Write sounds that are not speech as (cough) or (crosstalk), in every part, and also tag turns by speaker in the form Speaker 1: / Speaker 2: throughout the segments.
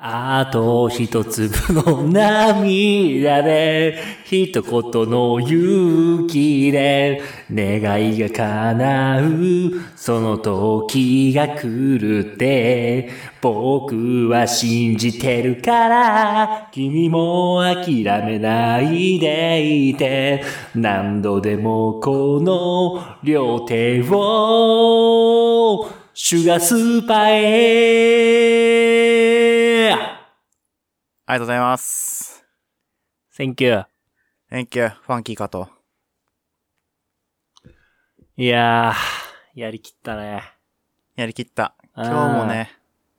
Speaker 1: あと一粒の涙で、一言の勇気で、願いが叶う、その時が来るって、僕は信じてるから、君も諦めないでいて、何度でもこの両手を、シュガースーパーへ
Speaker 2: ありがとうございます。
Speaker 1: !Thank you.
Speaker 2: Thank you. ファンキー加藤。
Speaker 1: いやー、やりきったね。
Speaker 2: やりきった。
Speaker 1: あ
Speaker 2: 今
Speaker 1: ー
Speaker 2: 日もね、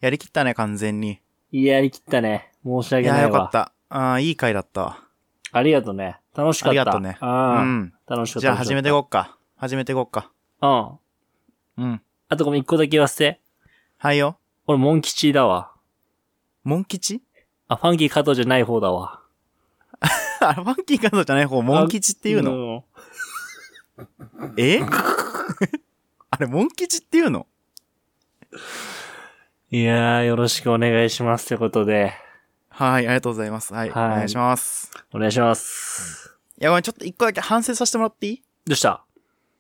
Speaker 2: やりきったね、完全に。
Speaker 1: やりきったね。申し
Speaker 2: い
Speaker 1: 訳な
Speaker 2: や、
Speaker 1: いわ。
Speaker 2: よかった。あーいい回だった。
Speaker 1: ありがとうね。楽しかった。
Speaker 2: ありがとうねう
Speaker 1: あー
Speaker 2: ん。
Speaker 1: 楽しかった。
Speaker 2: じゃあ始めてい
Speaker 1: こ
Speaker 2: こっか。始めていこっか。
Speaker 1: う。うん。
Speaker 2: うん。
Speaker 1: あとごめん、一個だけ言わせて。
Speaker 2: はいよ。
Speaker 1: 俺、モン吉だわ。
Speaker 2: モン吉 (laughs)
Speaker 1: あ、ファンキー加藤じゃない方だわ。
Speaker 2: あファンキー加藤じゃない方、モン吉っていうの。
Speaker 1: の
Speaker 2: え (laughs) あれ、モン吉っていうの
Speaker 1: いやー、よろしくお願いしますってことで。
Speaker 2: はい、ありがとうございます。はい、お
Speaker 1: はい
Speaker 2: 願いします。
Speaker 1: お願いします。
Speaker 2: いや、ごめん、ちょっと一個だけ反省させてもらっていい
Speaker 1: どうした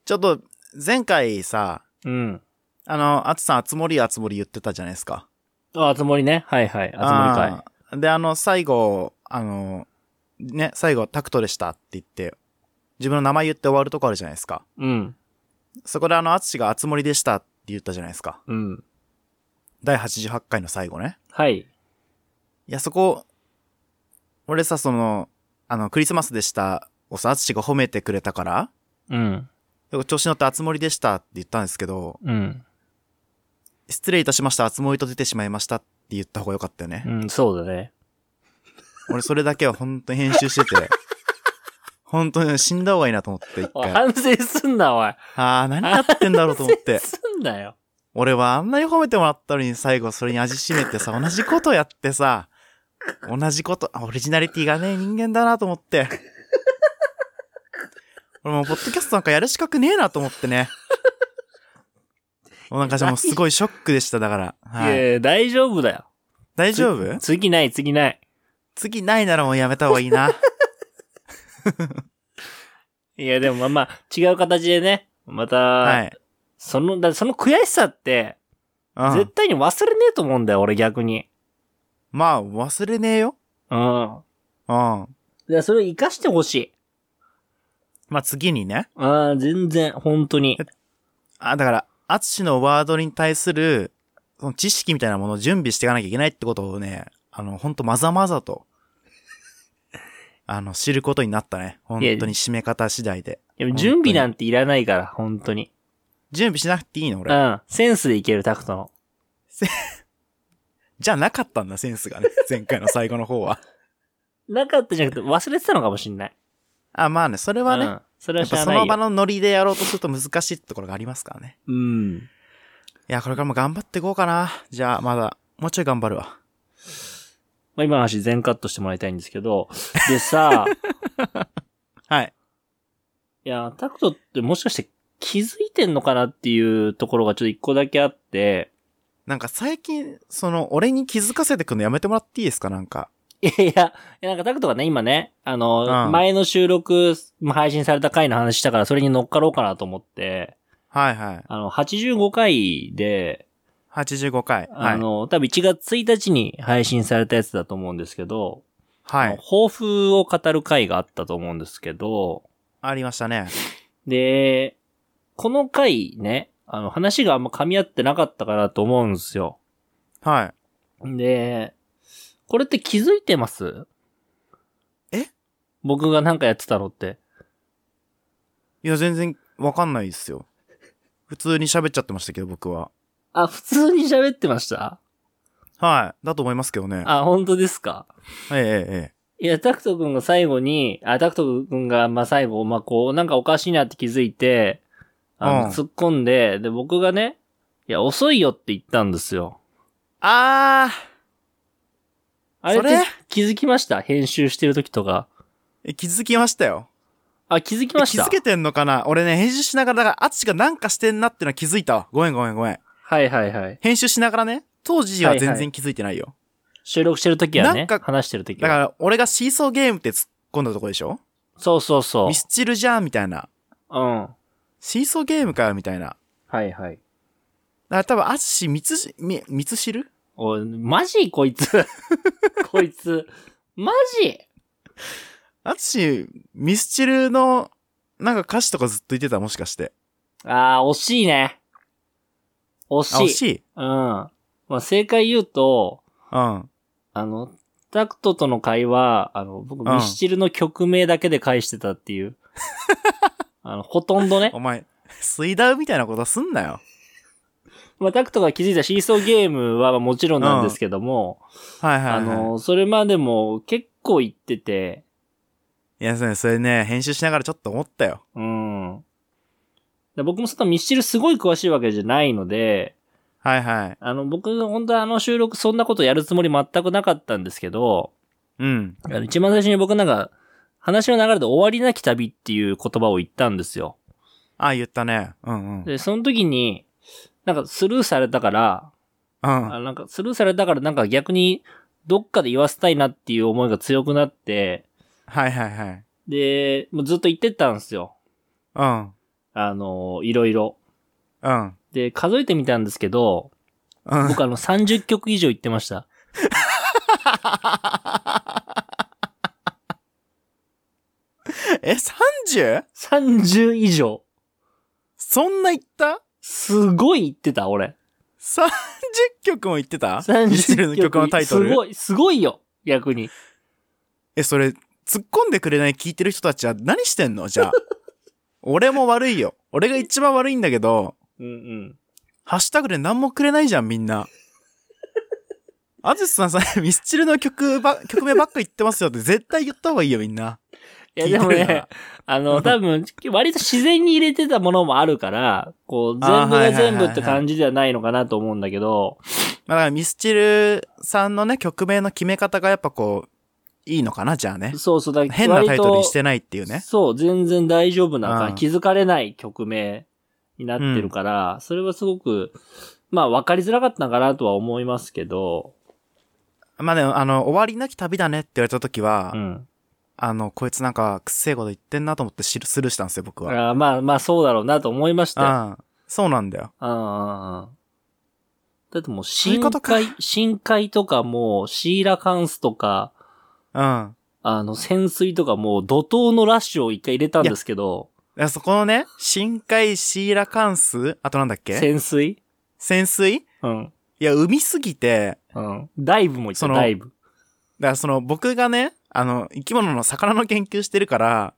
Speaker 2: ちょっと、前回さ、
Speaker 1: うん。
Speaker 2: あの、あつさん、あつ森あつ森言ってたじゃないですか。
Speaker 1: あ、あつ森ね。はいはい。あつ森会。
Speaker 2: あーで、あの、最後、あの、ね、最後、タクトでしたって言って、自分の名前言って終わるとこあるじゃないですか。
Speaker 1: うん。
Speaker 2: そこであの、アツシがあつ森でしたって言ったじゃないですか。
Speaker 1: うん。
Speaker 2: 第88回の最後ね。
Speaker 1: はい。
Speaker 2: いや、そこ、俺さ、その、あの、クリスマスでしたをさ、アツシが褒めてくれたから、
Speaker 1: うん。
Speaker 2: 調子乗ってあつ森でしたって言ったんですけど、
Speaker 1: うん。
Speaker 2: 失礼いたしました、あつ森と出てしまいましたって言った方がよかったよね
Speaker 1: う。ん、そうだね。
Speaker 2: 俺それだけは本当に編集してて、
Speaker 1: (laughs)
Speaker 2: 本当に死んだ方がいいなと思って、一
Speaker 1: おい
Speaker 2: 回。
Speaker 1: 反省すんな、おい。
Speaker 2: ああ、何やってんだろうと思って。
Speaker 1: すんなよ。
Speaker 2: 俺はあんなに褒めてもらったのに最後それに味しめてさ、同じことやってさ、同じこと、あオリジナリティがねえ人間だなと思って。俺もうポッドキャストなんかやる資格ねえなと思ってね。もうなんかじゃあもうすごいショックでした、だから。
Speaker 1: い、
Speaker 2: はい。
Speaker 1: やいや大丈夫だよ。
Speaker 2: 大丈夫
Speaker 1: 次ない、次ない。
Speaker 2: 次ないならもうやめた方がい
Speaker 1: (laughs)
Speaker 2: いな。
Speaker 1: いや、でもまあまあ、違う形でね、また、
Speaker 2: はい。
Speaker 1: その、だその悔しさって、
Speaker 2: う
Speaker 1: 絶
Speaker 2: ん。
Speaker 1: 対に忘れねえと思うんだよ、俺逆に。
Speaker 2: まあ、忘れねえよ。
Speaker 1: うん。
Speaker 2: うん。
Speaker 1: いや、それを活かしてほしい。
Speaker 2: まあ、次にね。
Speaker 1: ああ、全然、本当に。
Speaker 2: あ、だから、アツシのワードに対する、その知識みたいなものを準備していかなきゃいけないってことをね、あの、ほんとまざまざと、あの、知ることになったね。本
Speaker 1: いや
Speaker 2: 当に締め方次第で。
Speaker 1: でも準備なんていらないから、本当に。
Speaker 2: 準備しなくていいの
Speaker 1: う
Speaker 2: 俺。
Speaker 1: ん。センスでいける、タクトの。
Speaker 2: じゃなかったんだ、センスがね。
Speaker 1: (laughs)
Speaker 2: 前回の最後の方は。
Speaker 1: なかったじゃなくて、忘れてたのかもしんない。
Speaker 2: あ、まあね、それはね、
Speaker 1: うん。それは
Speaker 2: やっ
Speaker 1: 知
Speaker 2: ぱ
Speaker 1: ら
Speaker 2: そ
Speaker 1: ないよ。
Speaker 2: の場のノリでやろうとすると難しいところがありますからね。
Speaker 1: うん。
Speaker 2: いや、これからも頑張っていこうかな。じゃあ、まだ、もうちょい頑張るわ。
Speaker 1: まあ、今の話全カットしてもらいたいんですけど。で
Speaker 2: (laughs)
Speaker 1: さ、
Speaker 2: はい。
Speaker 1: いや、タクトってもしかして気づいてんのかなっていうところがちょっと一個だけあって、
Speaker 2: なんか最近、その、俺に気づかせてくんのやめてもらっていいですかなんか。
Speaker 1: いやいや、いやなんかタクトがね、今ね、あの、
Speaker 2: うん
Speaker 1: 前の収録、配信された回の話したから、それに乗っかろうかなと思って、
Speaker 2: はいはい。
Speaker 1: あの、85回で、
Speaker 2: 85回。は
Speaker 1: あ
Speaker 2: い。
Speaker 1: の、多分1月1日に配信されたやつだと思うんですけど、
Speaker 2: は
Speaker 1: あの
Speaker 2: い。
Speaker 1: 抱負を語る回があったと思うんですけど、
Speaker 2: ありましたね。
Speaker 1: で、この回ね、あの、話があんま噛み合ってなかったかなと思うんですよ。
Speaker 2: はい。
Speaker 1: で、これって気づいてます
Speaker 2: え
Speaker 1: 僕がなんかやってたのって。
Speaker 2: いや、全然わかんないですよ。普通に喋っちゃってましたけど、僕は。
Speaker 1: あ、普通に喋ってました
Speaker 2: はい。だと思いますけどね。
Speaker 1: あ、本当ですか
Speaker 2: ええええ
Speaker 1: いや、タクト君が最後に、あ、タクト君が、まあ、最後、まあ、こう、なんかおかしいなって気づいて、あの、
Speaker 2: うん
Speaker 1: 突っ込んで、で、僕がね、いや、遅いよって言ったんですよ。
Speaker 2: あ
Speaker 1: あれっ
Speaker 2: そ
Speaker 1: て
Speaker 2: れ
Speaker 1: 気づきました編集してる時とか。
Speaker 2: ーえ気づきましたよ。
Speaker 1: あ、気づき
Speaker 2: え
Speaker 1: まし
Speaker 2: 気
Speaker 1: た
Speaker 2: づけてんのかな俺ね、編集しながら、だから、アツシがなんかしてんなってのは気づいたわ。ごめんごめんごめん。
Speaker 1: はいはいはい。
Speaker 2: 編集しながらね、当時は
Speaker 1: はい
Speaker 2: 全
Speaker 1: はい
Speaker 2: 然気づいてないよ。
Speaker 1: 収録してる時はね、
Speaker 2: なんか
Speaker 1: 話してる時
Speaker 2: だか
Speaker 1: は。
Speaker 2: ら、俺がシーソーゲームって突っ込んだとこでしょ
Speaker 1: そうそうそう
Speaker 2: ミ。スチルじゃんみたいな。
Speaker 1: うん。は
Speaker 2: シーソーゲームかみたいな。だか
Speaker 1: いはい。
Speaker 2: ら多分、アツシ、みつし、み、みつしる
Speaker 1: おい、マジこい
Speaker 2: (laughs)
Speaker 1: つ。こいつ。マジ
Speaker 2: アツシ、ミスチルの、なんか歌詞とかずっと言ってたもしかして。
Speaker 1: あー、惜しいね。
Speaker 2: あ、
Speaker 1: 惜しい。
Speaker 2: 惜しい。
Speaker 1: うん。まあ、正解言うと、
Speaker 2: うん。
Speaker 1: あの、タクトとの会話、あの、僕、
Speaker 2: うん
Speaker 1: ミスチルの曲名だけで返してたって
Speaker 2: (laughs)
Speaker 1: いう。あの、ほとんどね
Speaker 2: お。前、水ダウみたいなことすんなよ。
Speaker 1: まあ、タクトが気づいたシーソーゲームはまあもちろんなんですけども、
Speaker 2: はいはい、はい。
Speaker 1: あの、それまでも結構言ってて、
Speaker 2: いや、それそれね、編集しながらちょっと思ったよ。
Speaker 1: うん。で僕もそんなミスチルすごい詳しいわけじゃないので、
Speaker 2: はいはい。
Speaker 1: あの、僕、本当あの収録そんなことやるつもり全くなかったんですけど、
Speaker 2: うん。
Speaker 1: あの一番最初に僕なんか、話の流れで終わりなき旅っていう言葉を言ったんですよ。
Speaker 2: あ、言ったね。うんうん。うん。
Speaker 1: で、その時に、なんかスルーされたから、あ
Speaker 2: あ
Speaker 1: なんかスルーされたからなんか逆にどっかで言わせたいなっていう思いが強くなって、
Speaker 2: はいはいはい。
Speaker 1: で、もうずっと言ってたんですよ。
Speaker 2: うん。
Speaker 1: あの、いろいろ。
Speaker 2: うん。
Speaker 1: で、数えてみたんですけど、
Speaker 2: うん。
Speaker 1: 僕あの30曲以上言ってました。
Speaker 2: (laughs) え、30?
Speaker 1: 30以上。
Speaker 2: そんな言った
Speaker 1: すごい言ってた、俺。
Speaker 2: ?30 曲も言ってたミスチル
Speaker 1: 30
Speaker 2: の曲のタイトル
Speaker 1: すごい、すごいよ。逆に。
Speaker 2: え、それ、突っ込んでくれない聞いてる人たちは何してんのじゃ
Speaker 1: (laughs)
Speaker 2: あ。俺も悪いよ。俺が一番悪いんだけど、
Speaker 1: うんうん。
Speaker 2: ハッシュタグで何もくれないじゃん、みんな。アジスさん (laughs) さ、ミスチルの曲ば、曲名ばっか言ってますよって絶対言った方がいいよ、みんな。
Speaker 1: いや、でも
Speaker 2: 聞いてる
Speaker 1: ね
Speaker 2: な、
Speaker 1: あの、多分、割と自然に入れてたものもあるから、こう、
Speaker 2: あー
Speaker 1: 全部
Speaker 2: は
Speaker 1: が
Speaker 2: いはいはいはい
Speaker 1: 全部って感じではないのかなと思うんだけど、
Speaker 2: まあだからミスチルさんのね、曲名の決め方がやっぱこう、いいのかな、じゃあね。
Speaker 1: そうそう、だから
Speaker 2: 変なタイトルにして
Speaker 1: 割
Speaker 2: ないっていう
Speaker 1: と
Speaker 2: ね。
Speaker 1: そう、全然大丈夫な感
Speaker 2: うん
Speaker 1: じ、気づかれない曲名になってるから、それはすごく、まあ、わかりづらかったのかなとは思いますけど、
Speaker 2: まあでも、あの、終わりなき旅だねって言われた時は、
Speaker 1: うん。
Speaker 2: あの、こいつなんか、くっせえこと言ってんなと思ってしスルーしたんですよ、僕は。
Speaker 1: あーまあ、まあ、そうだろうなと思いましたよ。
Speaker 2: うん。そうなんだよ。
Speaker 1: うんうんうんだってもう、
Speaker 2: うい
Speaker 1: 深
Speaker 2: うことか
Speaker 1: 海、深海とかもう、シーラカンスとか、
Speaker 2: うん。
Speaker 1: あの、潜水とかもう怒涛のラッシュを一回入れたんですけど、
Speaker 2: いやそこのね、深海シーラカンスあとなんだっけ
Speaker 1: 潜水
Speaker 2: 潜水い
Speaker 1: うん。
Speaker 2: や、海すぎて、
Speaker 1: うん。ダイブも行った、
Speaker 2: その
Speaker 1: ダイブ。
Speaker 2: だからその僕がね、あの、生き物の魚の研究してるから、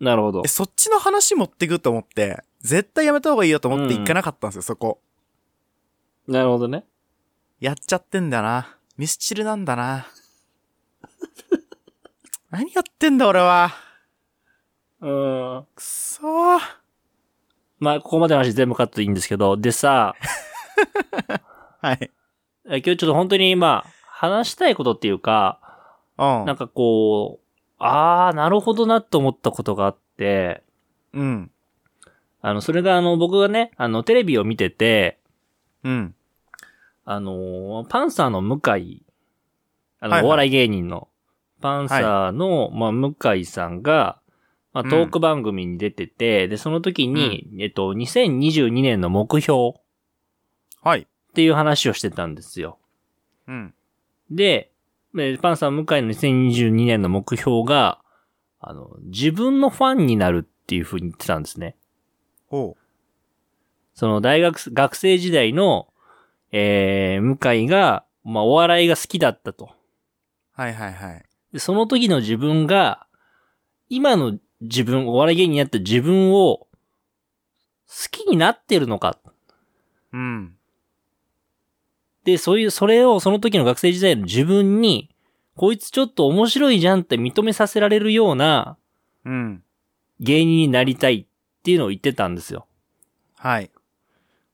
Speaker 1: なるほど
Speaker 2: え。そっちの話持ってくと思って、絶対やめた方がいいよと思って行かなかったんですよ、そこ。
Speaker 1: なるほどね。
Speaker 2: やっちゃってんだな。ミスチルなんだな。何やってんだ俺は。
Speaker 1: うん。
Speaker 2: くそー。
Speaker 1: まあ、ここまでの話全部カットでいいんですけど、でさ、
Speaker 2: はい。
Speaker 1: え今日ちょっと本当にまあ、話したいことっていうか、
Speaker 2: うん。
Speaker 1: なんかこう、あー、なるほどなと思ったことがあって、
Speaker 2: うん。
Speaker 1: あの、それがあの、僕がね、あの、テレビを見てて、
Speaker 2: うん。
Speaker 1: あのーパンサーの向井、あの、
Speaker 2: はいはい
Speaker 1: お笑い芸人の、パンサーの、まあ、向井さんが、まあ、
Speaker 2: うん
Speaker 1: トーク番組に出てて、で、その時に、えっと、2022年の目標っ
Speaker 2: はい。
Speaker 1: ていう話をしてたんですよ。
Speaker 2: うん。
Speaker 1: で、えパンサー向井の2022年の目標が、あの、自分のファンになるっていうふうに言ってたんですね。
Speaker 2: ほ
Speaker 1: その大学、学生時代の、えー、向井が、まあ、お笑いが好きだったと。
Speaker 2: う。はいはいはい。
Speaker 1: で、その時の自分が、今の自分、お笑い芸人になった自分を、好きになってるのか。
Speaker 2: うん。
Speaker 1: で、そういう、それをその時の学生時代の自分に、こいつちょっと面白いじゃんって認めさせられるような
Speaker 2: うん。
Speaker 1: 芸人になりたいっていうのを言ってたんですよ。
Speaker 2: はい。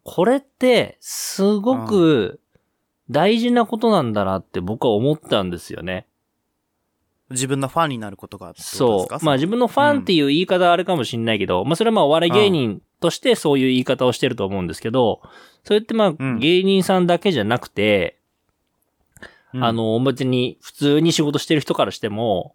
Speaker 1: これって、すごく大事なことなんだなって僕は思ったんですよね。
Speaker 2: 自分のファンになることがってことで
Speaker 1: そ
Speaker 2: すか
Speaker 1: う。まあ自分のファンっていう言い方はあれかもしんないけど、まあそれはまあお笑い芸人としてそういう言い方をしてると思うんですけど、それってまあ
Speaker 2: うん
Speaker 1: 芸人さんだけじゃなくて、
Speaker 2: うん
Speaker 1: あ、の、別に普通に仕事してる人からしても、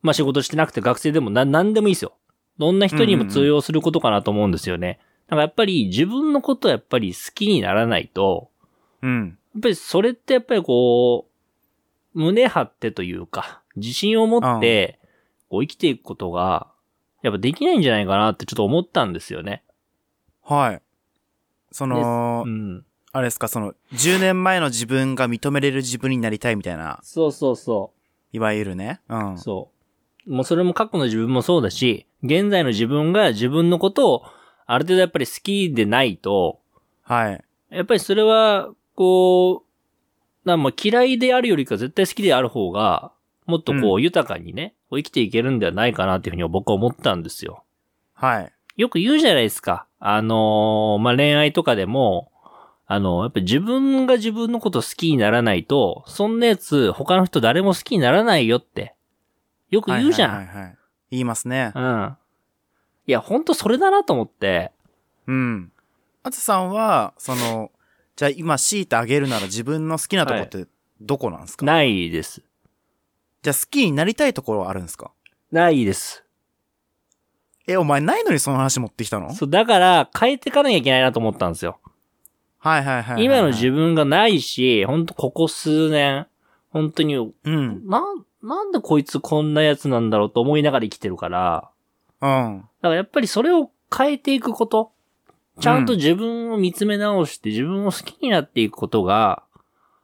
Speaker 1: まあ仕事してなくて学生でもな、何でもいいですよ。どんな人にも通用することかなと思うんですよね。だからやっぱり自分のことはやっぱり好きにならないと、
Speaker 2: うん。
Speaker 1: やっぱりそれってやっぱりこう、胸張ってというか、自信を持って、こう生きていくことが、やっぱできないんじゃないかなってちょっと思ったんですよね。
Speaker 2: はい。その
Speaker 1: う、ん。
Speaker 2: あれですか、その、10年前の自分が認めれる自分になりたいみたいな、
Speaker 1: そうそうそ
Speaker 2: いわゆるね。うん
Speaker 1: う。。そう。もうそれも過去の自分もそうだし、現在の自分が自分のことをある程度やっぱり好きでないと、
Speaker 2: はい。
Speaker 1: やっぱりそれは、こう、なまあ嫌いであるよりか絶対好きである方が、もっとこ
Speaker 2: う
Speaker 1: う豊かにね、こう生きていけるんではないかなっていうふうに僕は思ったんですよ。
Speaker 2: はい。
Speaker 1: よく言うじゃないですか。あのーまあ、恋愛とかでも、あのやっぱ自分が自分のこと好きにならないと、そんなやつ他の人誰も好きにならないよって、よく言うじゃん。
Speaker 2: はいはいはいはい。言いますね。
Speaker 1: うん。いや、ほんとそれだなと思って、
Speaker 2: うん。あつさんは、その、じゃあ今強いてあげるなら自分の好きなとこってどこなんですか、
Speaker 1: ないです。
Speaker 2: じゃあ好きになりたいところはあるんですか
Speaker 1: ないです。
Speaker 2: え、お前ないのにその話持ってきたのはい
Speaker 1: そう、だから変えていかなきゃいけないなと思ったんですよ。
Speaker 2: はいはいはいはい。
Speaker 1: 今の自分がないし、ほんとここ数年、本当に、
Speaker 2: うん。
Speaker 1: なん、なんでこいつこんなやつなんだろうと思いながら生きてるから、
Speaker 2: うん。
Speaker 1: だからやっぱりそれを変えていくこと。ちゃんと自分を見つめ直して自分を好きになっていくことが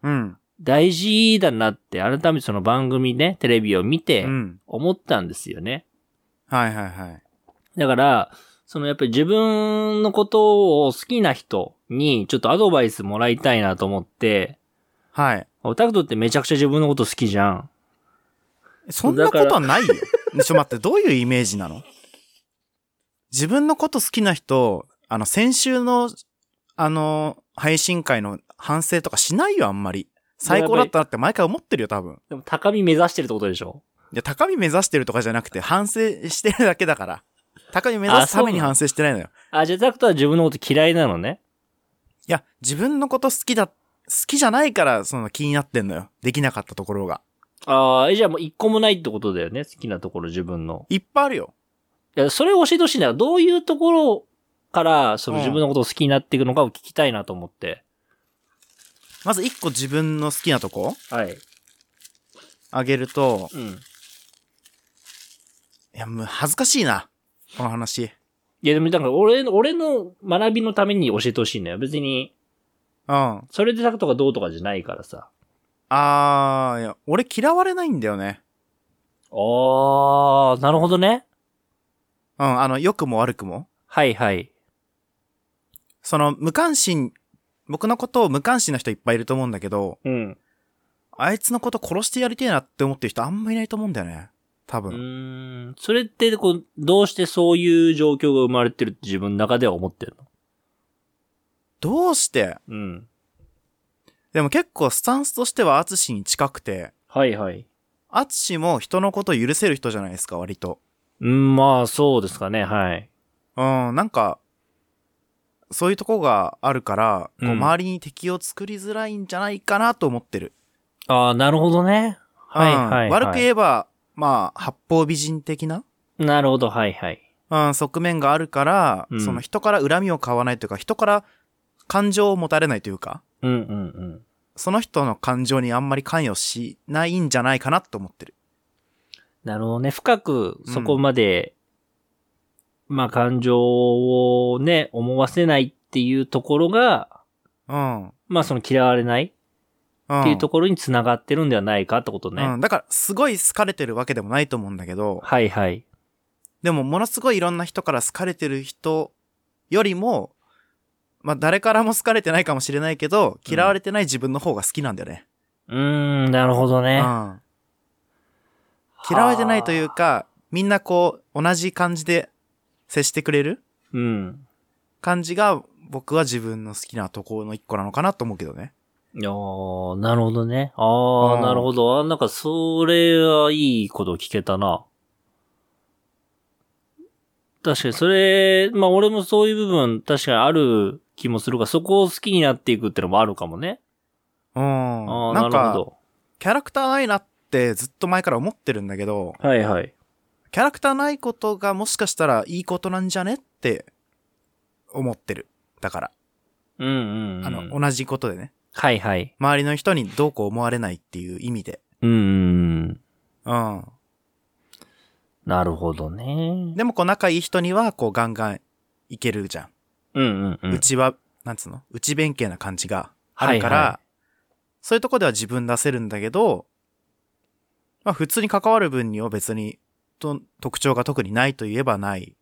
Speaker 2: うん。
Speaker 1: 大事だなって改めてその番組ね、テレビを見て
Speaker 2: うん。
Speaker 1: 思ったんですよね。
Speaker 2: はいはいはい。
Speaker 1: だから、そのやっぱり自分のことを好きな人にちょっとアドバイスもらいたいなと思って、
Speaker 2: はい。
Speaker 1: タクトってめちゃくちゃ自分のこと好きじゃん。
Speaker 2: そんなことはないよ。 (laughs) ちょ、待って、どういうイメージなの自分のこと好きな人、あの、先週の、あの、配信会の反省とかしないよ、あんまり。最高だったなって毎回思ってるよ、多分。
Speaker 1: でも高み目指してるってことでしょ
Speaker 2: いや、高み目指してるとかじゃなくて、反省してるだけだから。高み目指すために
Speaker 1: あそうなの
Speaker 2: 反省してないのよ。
Speaker 1: あ、じゃあタクトは自分のこと嫌いなのね。
Speaker 2: いや、自分のこと好きだ、好きじゃないから、その気になってんのよ。できなかったところが。
Speaker 1: ああ、えじゃあもう一個もないってことだよね。好きなところ自分の。
Speaker 2: いっぱいあるよ。
Speaker 1: いや、それを教えてほしいんだよ。どういうところから、その
Speaker 2: うん
Speaker 1: 自分のことを好きになっていくのかを聞きたいなと思って。
Speaker 2: まず一個自分の好きなとこ
Speaker 1: はい。
Speaker 2: あげると、
Speaker 1: うん。
Speaker 2: いや、もう恥ずかしいな。この話。
Speaker 1: いや、でもなんか俺の、俺の学びのために教えてほしいんだよ。別に、
Speaker 2: うん。あ
Speaker 1: それでタクトがどうとかじゃないからさ。
Speaker 2: ー、いや、俺嫌われないんだよね。
Speaker 1: ああ、なるほどね。
Speaker 2: うん、あの、良くも悪くも。
Speaker 1: はいはい。
Speaker 2: その、無関心、僕のことを無関心な人いっぱいいると思うんだけど、
Speaker 1: うん。
Speaker 2: あいつのこと殺してやりてえなって思ってる人あんまいないと思うんだよね。多
Speaker 1: う
Speaker 2: 分。
Speaker 1: ーん。それって、こう、どうしてそういう状況が生まれてるって自分の中では思ってるの
Speaker 2: どうして
Speaker 1: うん。
Speaker 2: でも結構スタンスとしてはアツシに近くて、
Speaker 1: はいはい。
Speaker 2: アツシも人のことを許せる人じゃないですか、割と。
Speaker 1: うん、まあ、そうですかね。はい。
Speaker 2: うん、なんか、そういうとこがあるから、こう
Speaker 1: うん
Speaker 2: 周りに敵を作りづらいんじゃないかなと思ってる。
Speaker 1: ああ、なるほどね。はいはい、は
Speaker 2: う
Speaker 1: い。
Speaker 2: ん悪く言えば、まあ、八方美人的な、
Speaker 1: なるほど、はいはい。
Speaker 2: うん、側面があるから、
Speaker 1: うん
Speaker 2: その人から恨みを買わないというか、人から感情を持たれないというか、
Speaker 1: うんうんうん。
Speaker 2: その人の感情にあんまり関与しないんじゃないかなと思ってる。
Speaker 1: なるほどね。深く、そこまで、まあ感情をね、思わせないっていうところが、
Speaker 2: うん。っ
Speaker 1: まあその嫌われないっていうところにつながってるんではないかってことね。
Speaker 2: うん、だから、すごい好かれてるわけでもないと思うんだけど、
Speaker 1: はいはい。
Speaker 2: でも、ものすごいいろんな人から好かれてる人よりも、まあ、誰からも好かれてないかもしれないけど、嫌われてない自分の方が好きなんだよね。
Speaker 1: うーん、なるほど
Speaker 2: う
Speaker 1: ね。
Speaker 2: ん。嫌われてないという
Speaker 1: はあ。
Speaker 2: か、みんなこう、同じ感じで接してくれる
Speaker 1: うん。
Speaker 2: 感じが、僕は自分の好きなところの一個なのかなと思うけどね。
Speaker 1: いやーなるほどね。あ
Speaker 2: うん
Speaker 1: あ、なるほど。あなんか、それはいいこと聞けたな。確かに、それ、まあ俺もそういう部分、確かにある気もするが、そこを好きになっていくってのもあるかもね。
Speaker 2: うん。
Speaker 1: ああ、
Speaker 2: な
Speaker 1: なんるほ
Speaker 2: か、
Speaker 1: ど。
Speaker 2: キャラクターないなってずっと前から思ってるんだけど、
Speaker 1: はいはい。
Speaker 2: キャラクターないことがもしかしたらいいことなんじゃねって思ってる。だから、
Speaker 1: うんうん、うん。
Speaker 2: あの、同じことでね。
Speaker 1: はいはい。
Speaker 2: 周りの人にどうこう思われないっていう意味で。
Speaker 1: うんうんうん。
Speaker 2: うん。
Speaker 1: なるほどね。
Speaker 2: でもこう仲いい人にはこうガンガンいけるじゃん。
Speaker 1: うんうんう。
Speaker 2: うんちは、なんつうの内弁慶な感じがあるから、
Speaker 1: はいは
Speaker 2: そういうとこでは自分出せるんだけど、まあ普通に関わる分には別にと特徴が特にないといえばない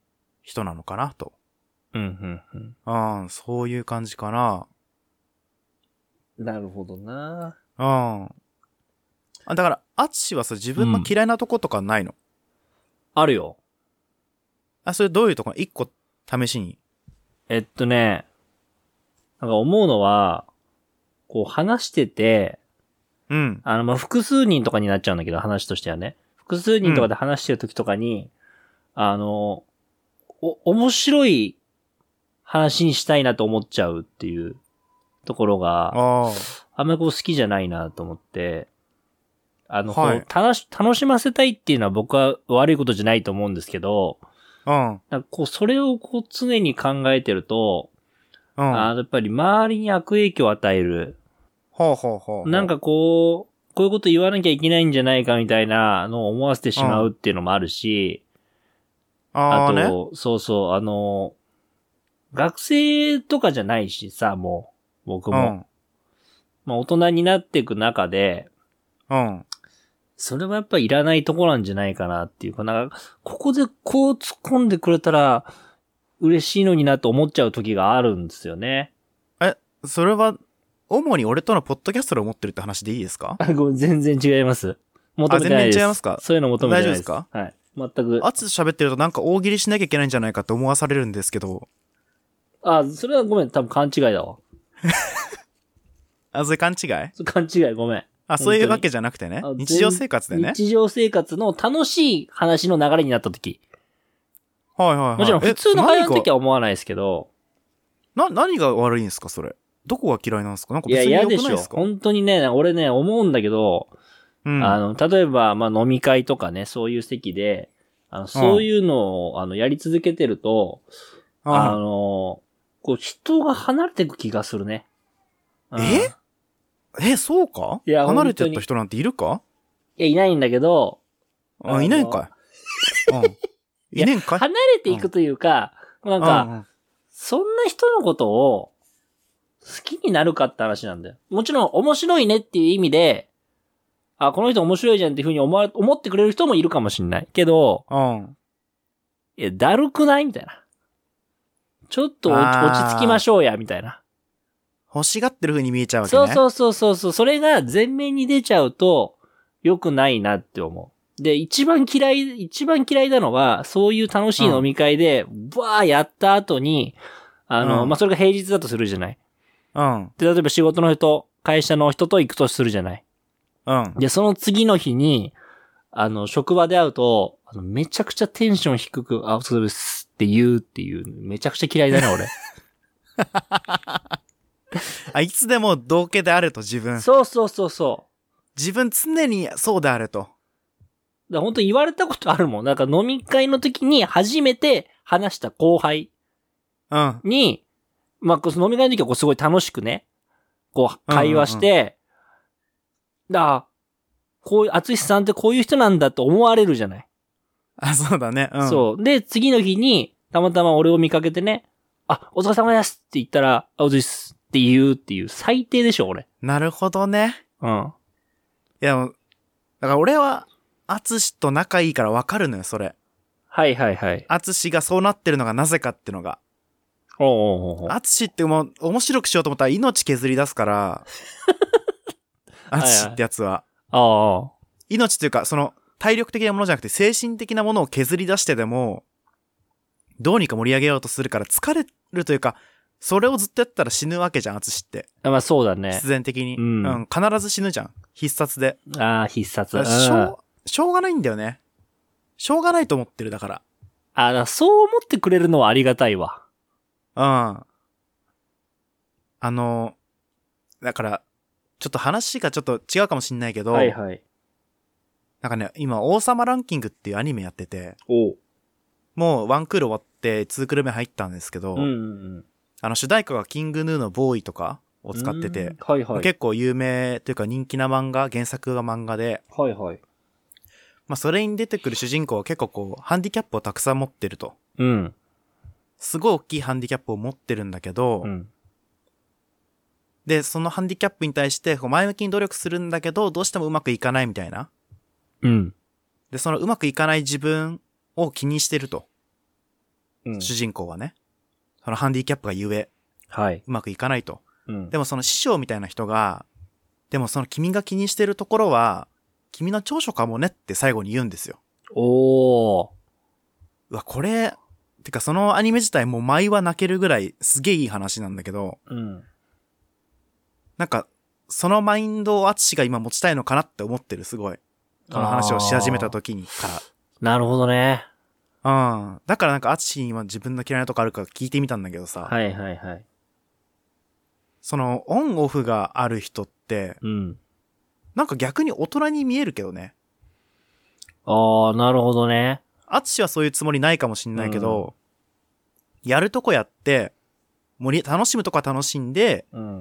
Speaker 2: 人なのかなと。
Speaker 1: うんうんうん。
Speaker 2: うん、そういう感じかな。
Speaker 1: なるほどな。
Speaker 2: うん。あだから、アツシはさ、自分の嫌いなとことかないの、
Speaker 1: あるよ。
Speaker 2: あ、それどういうとこ一個試しに。
Speaker 1: えっとね、なんか思うのは、こう話してて、
Speaker 2: うん。
Speaker 1: あの、まあ、複数人とかになっちゃうんだけど、話としてはね。複数人とかで話してる時とかに、あの、お、面白い話にしたいなと思っちゃうっていうところが、
Speaker 2: ああ。
Speaker 1: あんまりこう好きじゃないなと思って、あの、
Speaker 2: はい
Speaker 1: こう楽し、楽しませたいっていうのは僕は悪いことじゃないと思うんですけど、
Speaker 2: うん。
Speaker 1: なんかこう、それをこう常に考えてると、
Speaker 2: うん。
Speaker 1: あーやっぱり周りに悪影響を与える。
Speaker 2: ほうほうほう。
Speaker 1: なん、かこう、こういうこと言わなきゃいけないんじゃないかみたいなのを思わせてしまうっていうのもあるし、
Speaker 2: あ
Speaker 1: あ
Speaker 2: あね。
Speaker 1: と、そうそう、あの、学生とかじゃないしさ、もう、僕
Speaker 2: う
Speaker 1: も。
Speaker 2: ん。
Speaker 1: まあ大人になっていく中で、
Speaker 2: うん。
Speaker 1: それはやっぱいらないとこなんじゃないかなっていうか、なんか、ここでこう突っ込んでくれたら嬉しいのになと思っちゃう時があるんですよね。
Speaker 2: それは、主に俺とのポッドキャストで思ってるって話でいいですか
Speaker 1: あごめん全然違います。求めてないです。
Speaker 2: 全然違いますか
Speaker 1: そういうの求めてないです。
Speaker 2: 大丈
Speaker 1: はい。全く。
Speaker 2: あつと喋ってるとなんか大喜利しなきゃいけないんじゃないかって思わされるんですけど、
Speaker 1: あ、それはごめん。多分勘違いだわ。
Speaker 2: あ、それ勘違い
Speaker 1: それ勘違いごめん。
Speaker 2: あ、そういうわけじゃなくてね
Speaker 1: あ。
Speaker 2: 日常生活でね。
Speaker 1: 日常生活の楽しい話の流れになった時。
Speaker 2: はいはいはい。
Speaker 1: もちろん普通の会話の時
Speaker 2: は。
Speaker 1: は思わないですけど、
Speaker 2: な、何が悪いんですかそれ。どこが嫌いなんですかなんか
Speaker 1: いや、
Speaker 2: 別に
Speaker 1: 嫌
Speaker 2: 良く
Speaker 1: で
Speaker 2: ない
Speaker 1: し
Speaker 2: で
Speaker 1: ょ。
Speaker 2: すか
Speaker 1: 本当にね、俺ね、思うんだけど、
Speaker 2: うん。
Speaker 1: あ
Speaker 2: あ
Speaker 1: の、例えば、まあ、飲み会とかね、そういう席で、あのそういうのを、あの、やり続けてると、あ
Speaker 2: あ
Speaker 1: の、こう、人が離れていく気がするね。うん
Speaker 2: ええ、そうか
Speaker 1: いや
Speaker 2: 離れて
Speaker 1: 本
Speaker 2: っ
Speaker 1: 当
Speaker 2: た
Speaker 1: に
Speaker 2: 人なんているか
Speaker 1: いや、いないんだけど、あ
Speaker 2: あ、
Speaker 1: の
Speaker 2: いないんかい。うん。いねんかい
Speaker 1: 離れていくというか、なんか、そんな人のことを、好きになるかって話なんだよ。もちろん、面白いねっていう意味で、あ、この人面白いじゃんっていうふうに思わ、思ってくれる人もいるかもしれない。けど、
Speaker 2: うんうん。うん。
Speaker 1: いや、だるくないみたいな。ちょっと落
Speaker 2: あー
Speaker 1: ち落ち着きましょうや、みたいな。
Speaker 2: 欲しがってる風に見えちゃうわけね。
Speaker 1: そうそうそうそうそう。それが前面に出ちゃうと、良くないなって思う。で、一番嫌い、一番嫌いなのは、そういう楽しい飲み会で、バーやった後に、あの、
Speaker 2: うん
Speaker 1: まあ、それが平日だとするじゃない。
Speaker 2: うん。
Speaker 1: で、例えば仕事の人、会社の人と行くとするじゃない。
Speaker 2: うん。
Speaker 1: で、その次の日に、あの、職場で会うと、あのめちゃくちゃテンション低く、あ、お疲れ様ですって言うっていう、めちゃくちゃ嫌いだ
Speaker 2: (laughs)
Speaker 1: な、俺。
Speaker 2: あ、いつでも同系であると自分。
Speaker 1: そうそうそうそ
Speaker 2: 自分常にそうであると。
Speaker 1: う。だから本当言われたことあるもん。なんか飲み会の時に初めて話した後輩
Speaker 2: うん。
Speaker 1: に、まあ、こう飲み会の時はこうすごい楽しくね、こう会話して、だあこういう、厚さんってこういう人なんだと思われるじゃない。
Speaker 2: あ、そうだね。うん。
Speaker 1: そう。で、次の日に、たまたま俺を見かけてね、あ、お疲れ様ですって言ったら、あ、お疲れっすって言うっていう、最低でしょ、俺。
Speaker 2: なるほどね。
Speaker 1: うん。
Speaker 2: いや、だから俺は、アツシと仲いいからわかるのよ、それ。
Speaker 1: はいはいはい。
Speaker 2: アツシがそうなってるのがなぜかってのが。
Speaker 1: おうおうおうおう
Speaker 2: アツシってもう、面白くしようと思ったら命削り出す
Speaker 1: (laughs)
Speaker 2: から、アツシってやつは。
Speaker 1: ああ。
Speaker 2: 命というか、その、体力的なものじゃなくて、精神的なものを削り出してでも、どうにか盛り上げようとするから疲れるというか、それをずっとやってたら死ぬわけじゃん、アツシって。
Speaker 1: あまあそうだね
Speaker 2: 必。然的に。
Speaker 1: うん
Speaker 2: うん。必ず死ぬじゃん。必殺で。
Speaker 1: ああ、必殺。
Speaker 2: だ
Speaker 1: うん、
Speaker 2: からし
Speaker 1: あ
Speaker 2: ょう、しょうがないんだよね。しょうがないと思ってる、だか
Speaker 1: あ、だからそう思ってくれるのはありがたいわ。
Speaker 2: ら。うん。あの、だから、ちょっと話がちょっと違うかもしんないけど、
Speaker 1: はいはい。
Speaker 2: なんかね、今、王様ランキングっていうアニメやってて、
Speaker 1: おう。
Speaker 2: もうワンクール終わってツークール目入ったんですけど、
Speaker 1: うんうんうん。
Speaker 2: あの主題歌がキングヌーのボーイとかを使ってて、
Speaker 1: うん。はいはい。
Speaker 2: 結構有名というか人気な漫画、原作が漫画で、
Speaker 1: はいはい。
Speaker 2: まあそれに出てくる主人公は結構こう、ハンディキャップをたくさん持ってると。
Speaker 1: うん。
Speaker 2: すごい大きいハンディキャップを持ってるんだけど、
Speaker 1: うん。
Speaker 2: で、そのハンディキャップに対してこう前向きに努力するんだけど、どうしてもうまくいかないみたいな。
Speaker 1: うん。
Speaker 2: で、そのうまくいかない自分を気にしてると、
Speaker 1: うん。
Speaker 2: 主人公はね。そのハンディキャップがゆえ、
Speaker 1: はい。
Speaker 2: うまくいかないと。
Speaker 1: うん。
Speaker 2: でもその師匠みたいな人が、でもその君が気にしてるところは、君の長所かもねって最後に言うんですよ。
Speaker 1: おー。
Speaker 2: うわ、これ、てかそのアニメ自体もう舞は泣けるぐらいすげえいい話なんだけど、
Speaker 1: うん。
Speaker 2: なんか、そのマインドをアツシが今持ちたいのかなって思ってる、すごい。この話をし始めた時にか
Speaker 1: なるほどね。
Speaker 2: ら。うん。だからなんかアツシに今自分の嫌いなとこあるか聞いてみたんだけどさ、
Speaker 1: はいはいはい。
Speaker 2: そのオンオフがある人って、
Speaker 1: うん。
Speaker 2: なんか逆に大人に見えるけどね。
Speaker 1: ああ、なるほどね。
Speaker 2: アツシはそういうつもりないかもしんないけど、やるとこやって、盛り、楽しむとこは楽しんで、
Speaker 1: うん。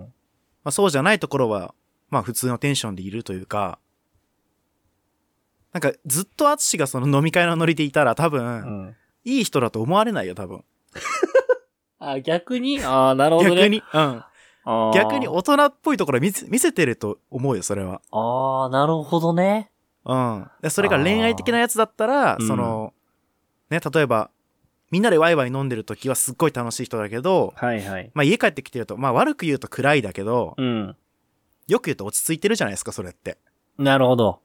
Speaker 2: まあそうじゃないところは、まあ普通のテンションでいるというか、なんかずっとアツシがその飲み会のノリでいたら多
Speaker 1: う
Speaker 2: 分、
Speaker 1: ん。
Speaker 2: いい人だと思われないよ、多分。
Speaker 1: あ逆にああ、なるほどね。
Speaker 2: 逆に、うん。
Speaker 1: あー。
Speaker 2: 逆に大人っぽいところ見せ見せてると思うよ、それは。
Speaker 1: ああ、なるほどね。
Speaker 2: うん。でそれが恋愛的なやつだったら
Speaker 1: あ、ー
Speaker 2: その、ね、例えば、みんなでワイワイ飲んでる時はすっごい楽しい人だけど、
Speaker 1: はいはい。
Speaker 2: まあ家帰ってきてると、まあ悪く言うと暗いだけど、
Speaker 1: うん。
Speaker 2: よく言うと落ち着いてるじゃないですか、それって。
Speaker 1: なるほど。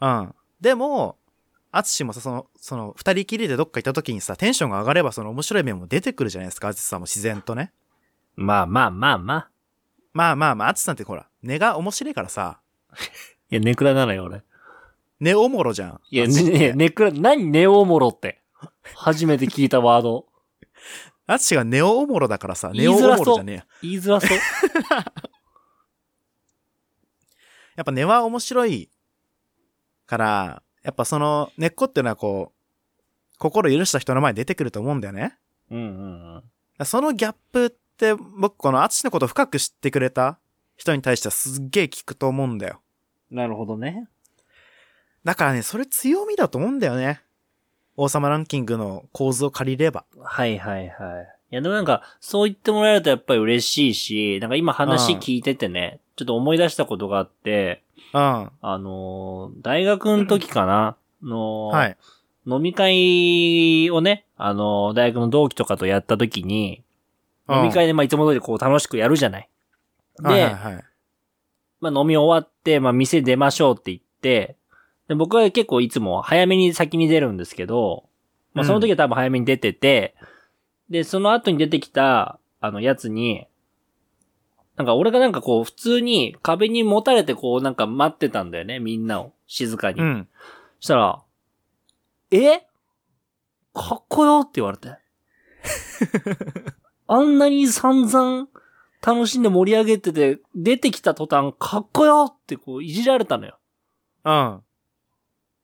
Speaker 2: うん。でも、アツシもさ、その、その、二人きりでどっか行った時にさ、テンションが上がれば、その面白い面も出てくるじゃないですか、アツシさんも自然とね。
Speaker 1: まあまあまあまあ。
Speaker 2: まあまあまあ、アツシさんってほら、根が面白いからさ、
Speaker 1: いや、ネクラなのよ、俺。
Speaker 2: 根おもろじゃん。
Speaker 1: いや、
Speaker 2: アツシって
Speaker 1: ね、ネクラ、何ネオモロって。初めて聞いたワード。 (laughs)
Speaker 2: アツシがネオおもろだからさ、
Speaker 1: 言
Speaker 2: ネ
Speaker 1: い
Speaker 2: オお
Speaker 1: づ
Speaker 2: も
Speaker 1: らそう
Speaker 2: ろじゃねえや。
Speaker 1: 言いづらそう。
Speaker 2: やっぱ根は面白いから、やっぱその、根っこっていうのはこう、心許した人の前に出てくると思うんだよね。
Speaker 1: うんうんうん。
Speaker 2: そのギャップって、僕このアツシのこと深く知ってくれた人に対してはすっげえ聞くと思うんだよ。
Speaker 1: なるほどね。
Speaker 2: だからね、それ強みだと思うんだよね。王様ランキングの構図を借りれば。
Speaker 1: はいはいはい。いやでもなんか、そう言ってもらえるとやっぱり嬉しいし、なんか今話聞いててね、ちょっと思い出したことがあって、
Speaker 2: うん。
Speaker 1: あのー大学の時かな、の、
Speaker 2: はい。
Speaker 1: 飲み会をね、あのー大学の同期とかとやった時に、
Speaker 2: うん
Speaker 1: 飲み会でまあいつも通りこう楽しくやるじゃない。で、
Speaker 2: はいはいはい。
Speaker 1: まあ飲み終わって、まあ店出ましょうって言って、で僕は結構いつも早めに先に出るんですけど、まあその時は多分早めに出てて、で、その後に出てきた、あのやつに、なんか俺がなんかこう普通に壁に持たれてこうなんか待ってたんだよね、みんなを。静かに。
Speaker 2: うん。
Speaker 1: したら、えかっこよって言われて。
Speaker 2: (laughs)
Speaker 1: あんなに散々楽しんで盛り上げてて、出てきた途端、かっこよってこう、いじられたのよ。
Speaker 2: うん。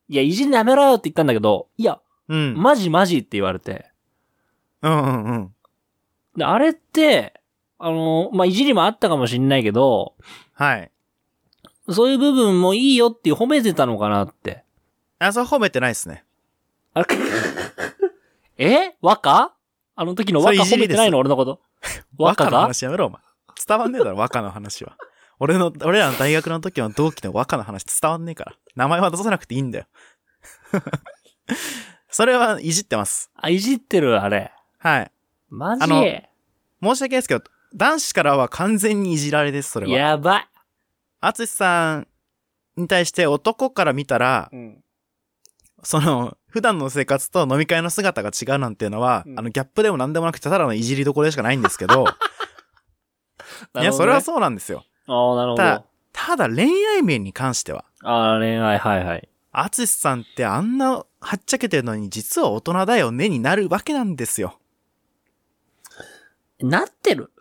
Speaker 1: いや、いじりやめろよって言ったんだけど、いや、
Speaker 2: うん。
Speaker 1: マジマジって言われて。
Speaker 2: うんうんうん。
Speaker 1: で、あれって、あの、まあ、いじりもあったかもしんないけど、
Speaker 2: はい。
Speaker 1: そういう部分もいいよっていう褒めてたのかな
Speaker 2: (laughs)
Speaker 1: って。
Speaker 2: あ、それ褒めてないですね。
Speaker 1: あれえ和歌あの時の和歌褒
Speaker 2: それいじ
Speaker 1: め
Speaker 2: りで
Speaker 1: て
Speaker 2: す
Speaker 1: ないの俺のこと。和
Speaker 2: 若
Speaker 1: 歌
Speaker 2: の
Speaker 1: が
Speaker 2: 話やめろ、お前。伝わんねえだろ、若の話は。 (laughs) 俺の、俺らの大学の時の同期の若の話伝わんねえから。名前は出さなくていいんだよ。 (laughs) それはいじってます。
Speaker 1: あ、いじってる、あれ。
Speaker 2: はい。
Speaker 1: マ
Speaker 2: あの
Speaker 1: ジ
Speaker 2: 申し訳ないですけど、男子からは完全にいじられです、それは。
Speaker 1: やば
Speaker 2: アツシさんに対して男から見たら
Speaker 1: い。、うん。
Speaker 2: その、普段の生活と飲み会の姿が違うなんていうのは、
Speaker 1: うん
Speaker 2: あの、ギャップでも何でもなくて、ただのいじりどころでしかないんですけ
Speaker 1: (laughs)
Speaker 2: ど、いや、それはそうなんですよ。
Speaker 1: う。ああ、なるほど。
Speaker 2: ただただ恋愛面に関しては、
Speaker 1: ああ、恋愛、はいはい。
Speaker 2: アツシさんってあんなはっちゃけてるのに、実は大人だよねになるわけなんですよ。
Speaker 1: なってる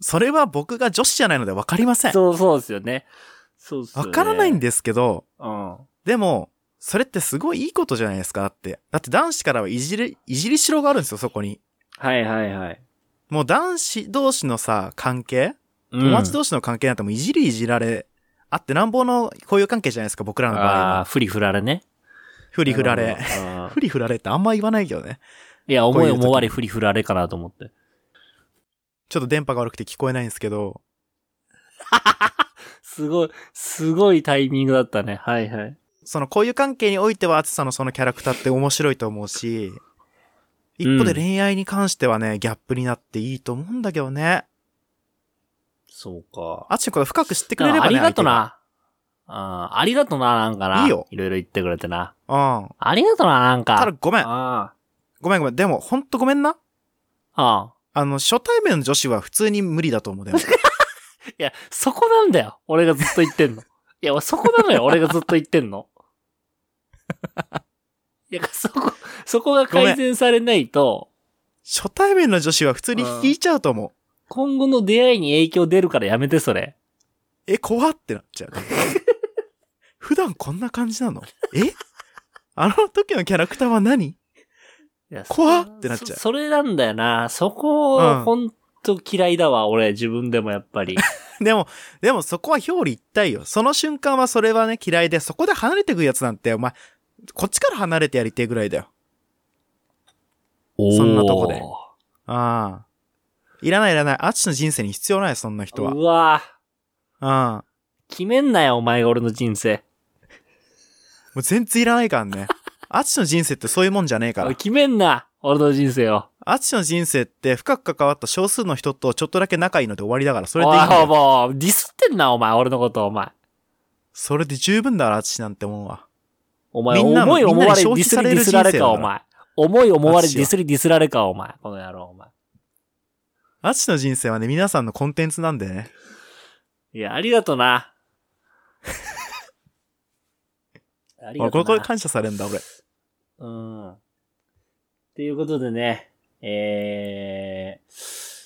Speaker 2: それは僕が女子じゃないのでわかりません。
Speaker 1: そうそうですよね。そうっすよ
Speaker 2: わ
Speaker 1: ね。
Speaker 2: からないん
Speaker 1: で。
Speaker 2: ですけど、
Speaker 1: うん。
Speaker 2: でも、それってすごいいいことじゃないですかだって。だって男子からはいじり、いじりしろがあるんですよ、そこに。
Speaker 1: はいはいはい。
Speaker 2: もう男子同士のさ、関係友
Speaker 1: 友
Speaker 2: 達同士の関係なんてもういじりいじられ、あってなんぼの交友関係じゃないですか、僕らの場合
Speaker 1: ああ、
Speaker 2: は。
Speaker 1: フリフラれね。
Speaker 2: 振
Speaker 1: フ
Speaker 2: り振られ。。 (laughs) 振り振られってあんま言わないけどね。
Speaker 1: いや、
Speaker 2: (laughs) こう
Speaker 1: 思
Speaker 2: いう
Speaker 1: い
Speaker 2: 時
Speaker 1: 思われフリフラれかなと思って。
Speaker 2: ちょっと電波が悪くて聞こえないんですけど、
Speaker 1: すごい、すごいタイミングだったね。はいはい。
Speaker 2: その交友関係においては暑さのそのキャラクターって面白いと思うし、一
Speaker 1: うん
Speaker 2: 方で恋愛に関してはね、ギャップになっていいと思うんだけどね。
Speaker 1: そうか。
Speaker 2: あっちのこと深く知ってくれれば
Speaker 1: あ
Speaker 2: ね。
Speaker 1: りがとな。ああ、ありがとな、なんかな。
Speaker 2: いいよ
Speaker 1: いろいろ言ってくれてな。
Speaker 2: 相手が。うん。
Speaker 1: ありがとな、なんか。
Speaker 2: ただごめん。
Speaker 1: あ
Speaker 2: ごめんごめん。でも、ほんとごめんな。
Speaker 1: あ。ああ。
Speaker 2: あの、初対面の女子は普通に無理だと思う。 (laughs) でも
Speaker 1: いや、そこなんだよ。俺がずっと言って
Speaker 2: (laughs)
Speaker 1: んの。いや、そこなのよ。俺がずっと言ってんの。いや、そこ、そこが改善されないと、
Speaker 2: 初対面の女子は普通に引いちゃうと思う。
Speaker 1: 今後の出会いに影響出るからやめて、それ。
Speaker 2: え、怖ってなっ (laughs) ちゃう。普段こんな感じなのえあの時のキャラクターは何
Speaker 1: いや
Speaker 2: 怖っってなっちゃう
Speaker 1: そ。それなんだよな。そこ、
Speaker 2: うん
Speaker 1: ほんと嫌いだわ、俺。自分でもやっぱり。
Speaker 2: でも、でもそこは表裏一体よ。その瞬間はそれはね、嫌いで、そこで離れてくやつなんて、お前、こっちから離れてやりてえぐらいだよ。 (laughs) そんなとこでああ。いらないいらない。あっちの人生に必要ない、そんな人は。
Speaker 1: うわ
Speaker 2: ああ。
Speaker 1: 決めんなよ、お前が俺の人生。
Speaker 2: もう全然いらないか
Speaker 1: (laughs)
Speaker 2: らね。あっちの人生ってそういうもんじゃねえから。
Speaker 1: 決めんな、俺の人生を。
Speaker 2: あっちの人生って深く関わった少数の人とちょっとだけ仲いいので終わりだから、それでいいんだ
Speaker 1: おい
Speaker 2: よ。
Speaker 1: もう、ディスってんな、お前、俺のこと、お前。
Speaker 2: それで十分だから、あっちなんてもんは。
Speaker 1: お前、
Speaker 2: みんなの
Speaker 1: 思い思われ、デ
Speaker 2: みんな
Speaker 1: ィ
Speaker 2: に消費
Speaker 1: ス
Speaker 2: さ
Speaker 1: り
Speaker 2: れ
Speaker 1: ディ
Speaker 2: る
Speaker 1: スられ
Speaker 2: 人生だ
Speaker 1: か、
Speaker 2: から
Speaker 1: お前。思い思われ、デ
Speaker 2: あっちは
Speaker 1: ィスりディスられか、お前。この野郎、お前。
Speaker 2: あっちの人生はね、皆さんのコンテンツなんでね。
Speaker 1: いや、ありがとな。 (laughs) ありが
Speaker 2: 俺ことれ
Speaker 1: な。
Speaker 2: これ感謝され
Speaker 1: (laughs)
Speaker 2: んだ、俺。
Speaker 1: うん。ということでね、えー、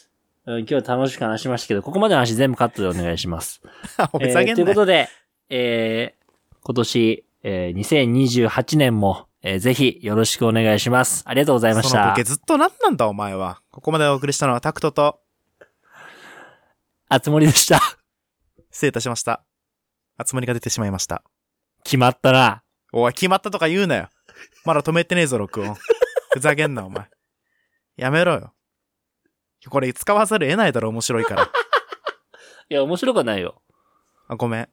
Speaker 1: うん、今日は楽しく話しましたけど、ここまでの話全部カットでお願いします。
Speaker 2: お前、ざ
Speaker 1: え
Speaker 2: げ
Speaker 1: ー
Speaker 2: ん
Speaker 1: という
Speaker 2: な
Speaker 1: こ
Speaker 2: よ。
Speaker 1: とで、えー、今年、えー、2028年も、えーぜひよろしくお願いします。ありがとうございまし
Speaker 2: そのボ
Speaker 1: た
Speaker 2: ケ。ずっと何なんだ、お前は。ここまでお送りしたのはタクトと、
Speaker 1: あつ森でした。
Speaker 2: 失礼いたしました。あつ森が出てしまいました。
Speaker 1: 決まったな。
Speaker 2: おい、決まったとか言うなよ。まだ止めてねえぞ、録音。ふざけんな、お前。やめろよ。これ使わざる得ないだろ、面白いから。
Speaker 1: いや、面白くはないよ。
Speaker 2: あ、ごめん。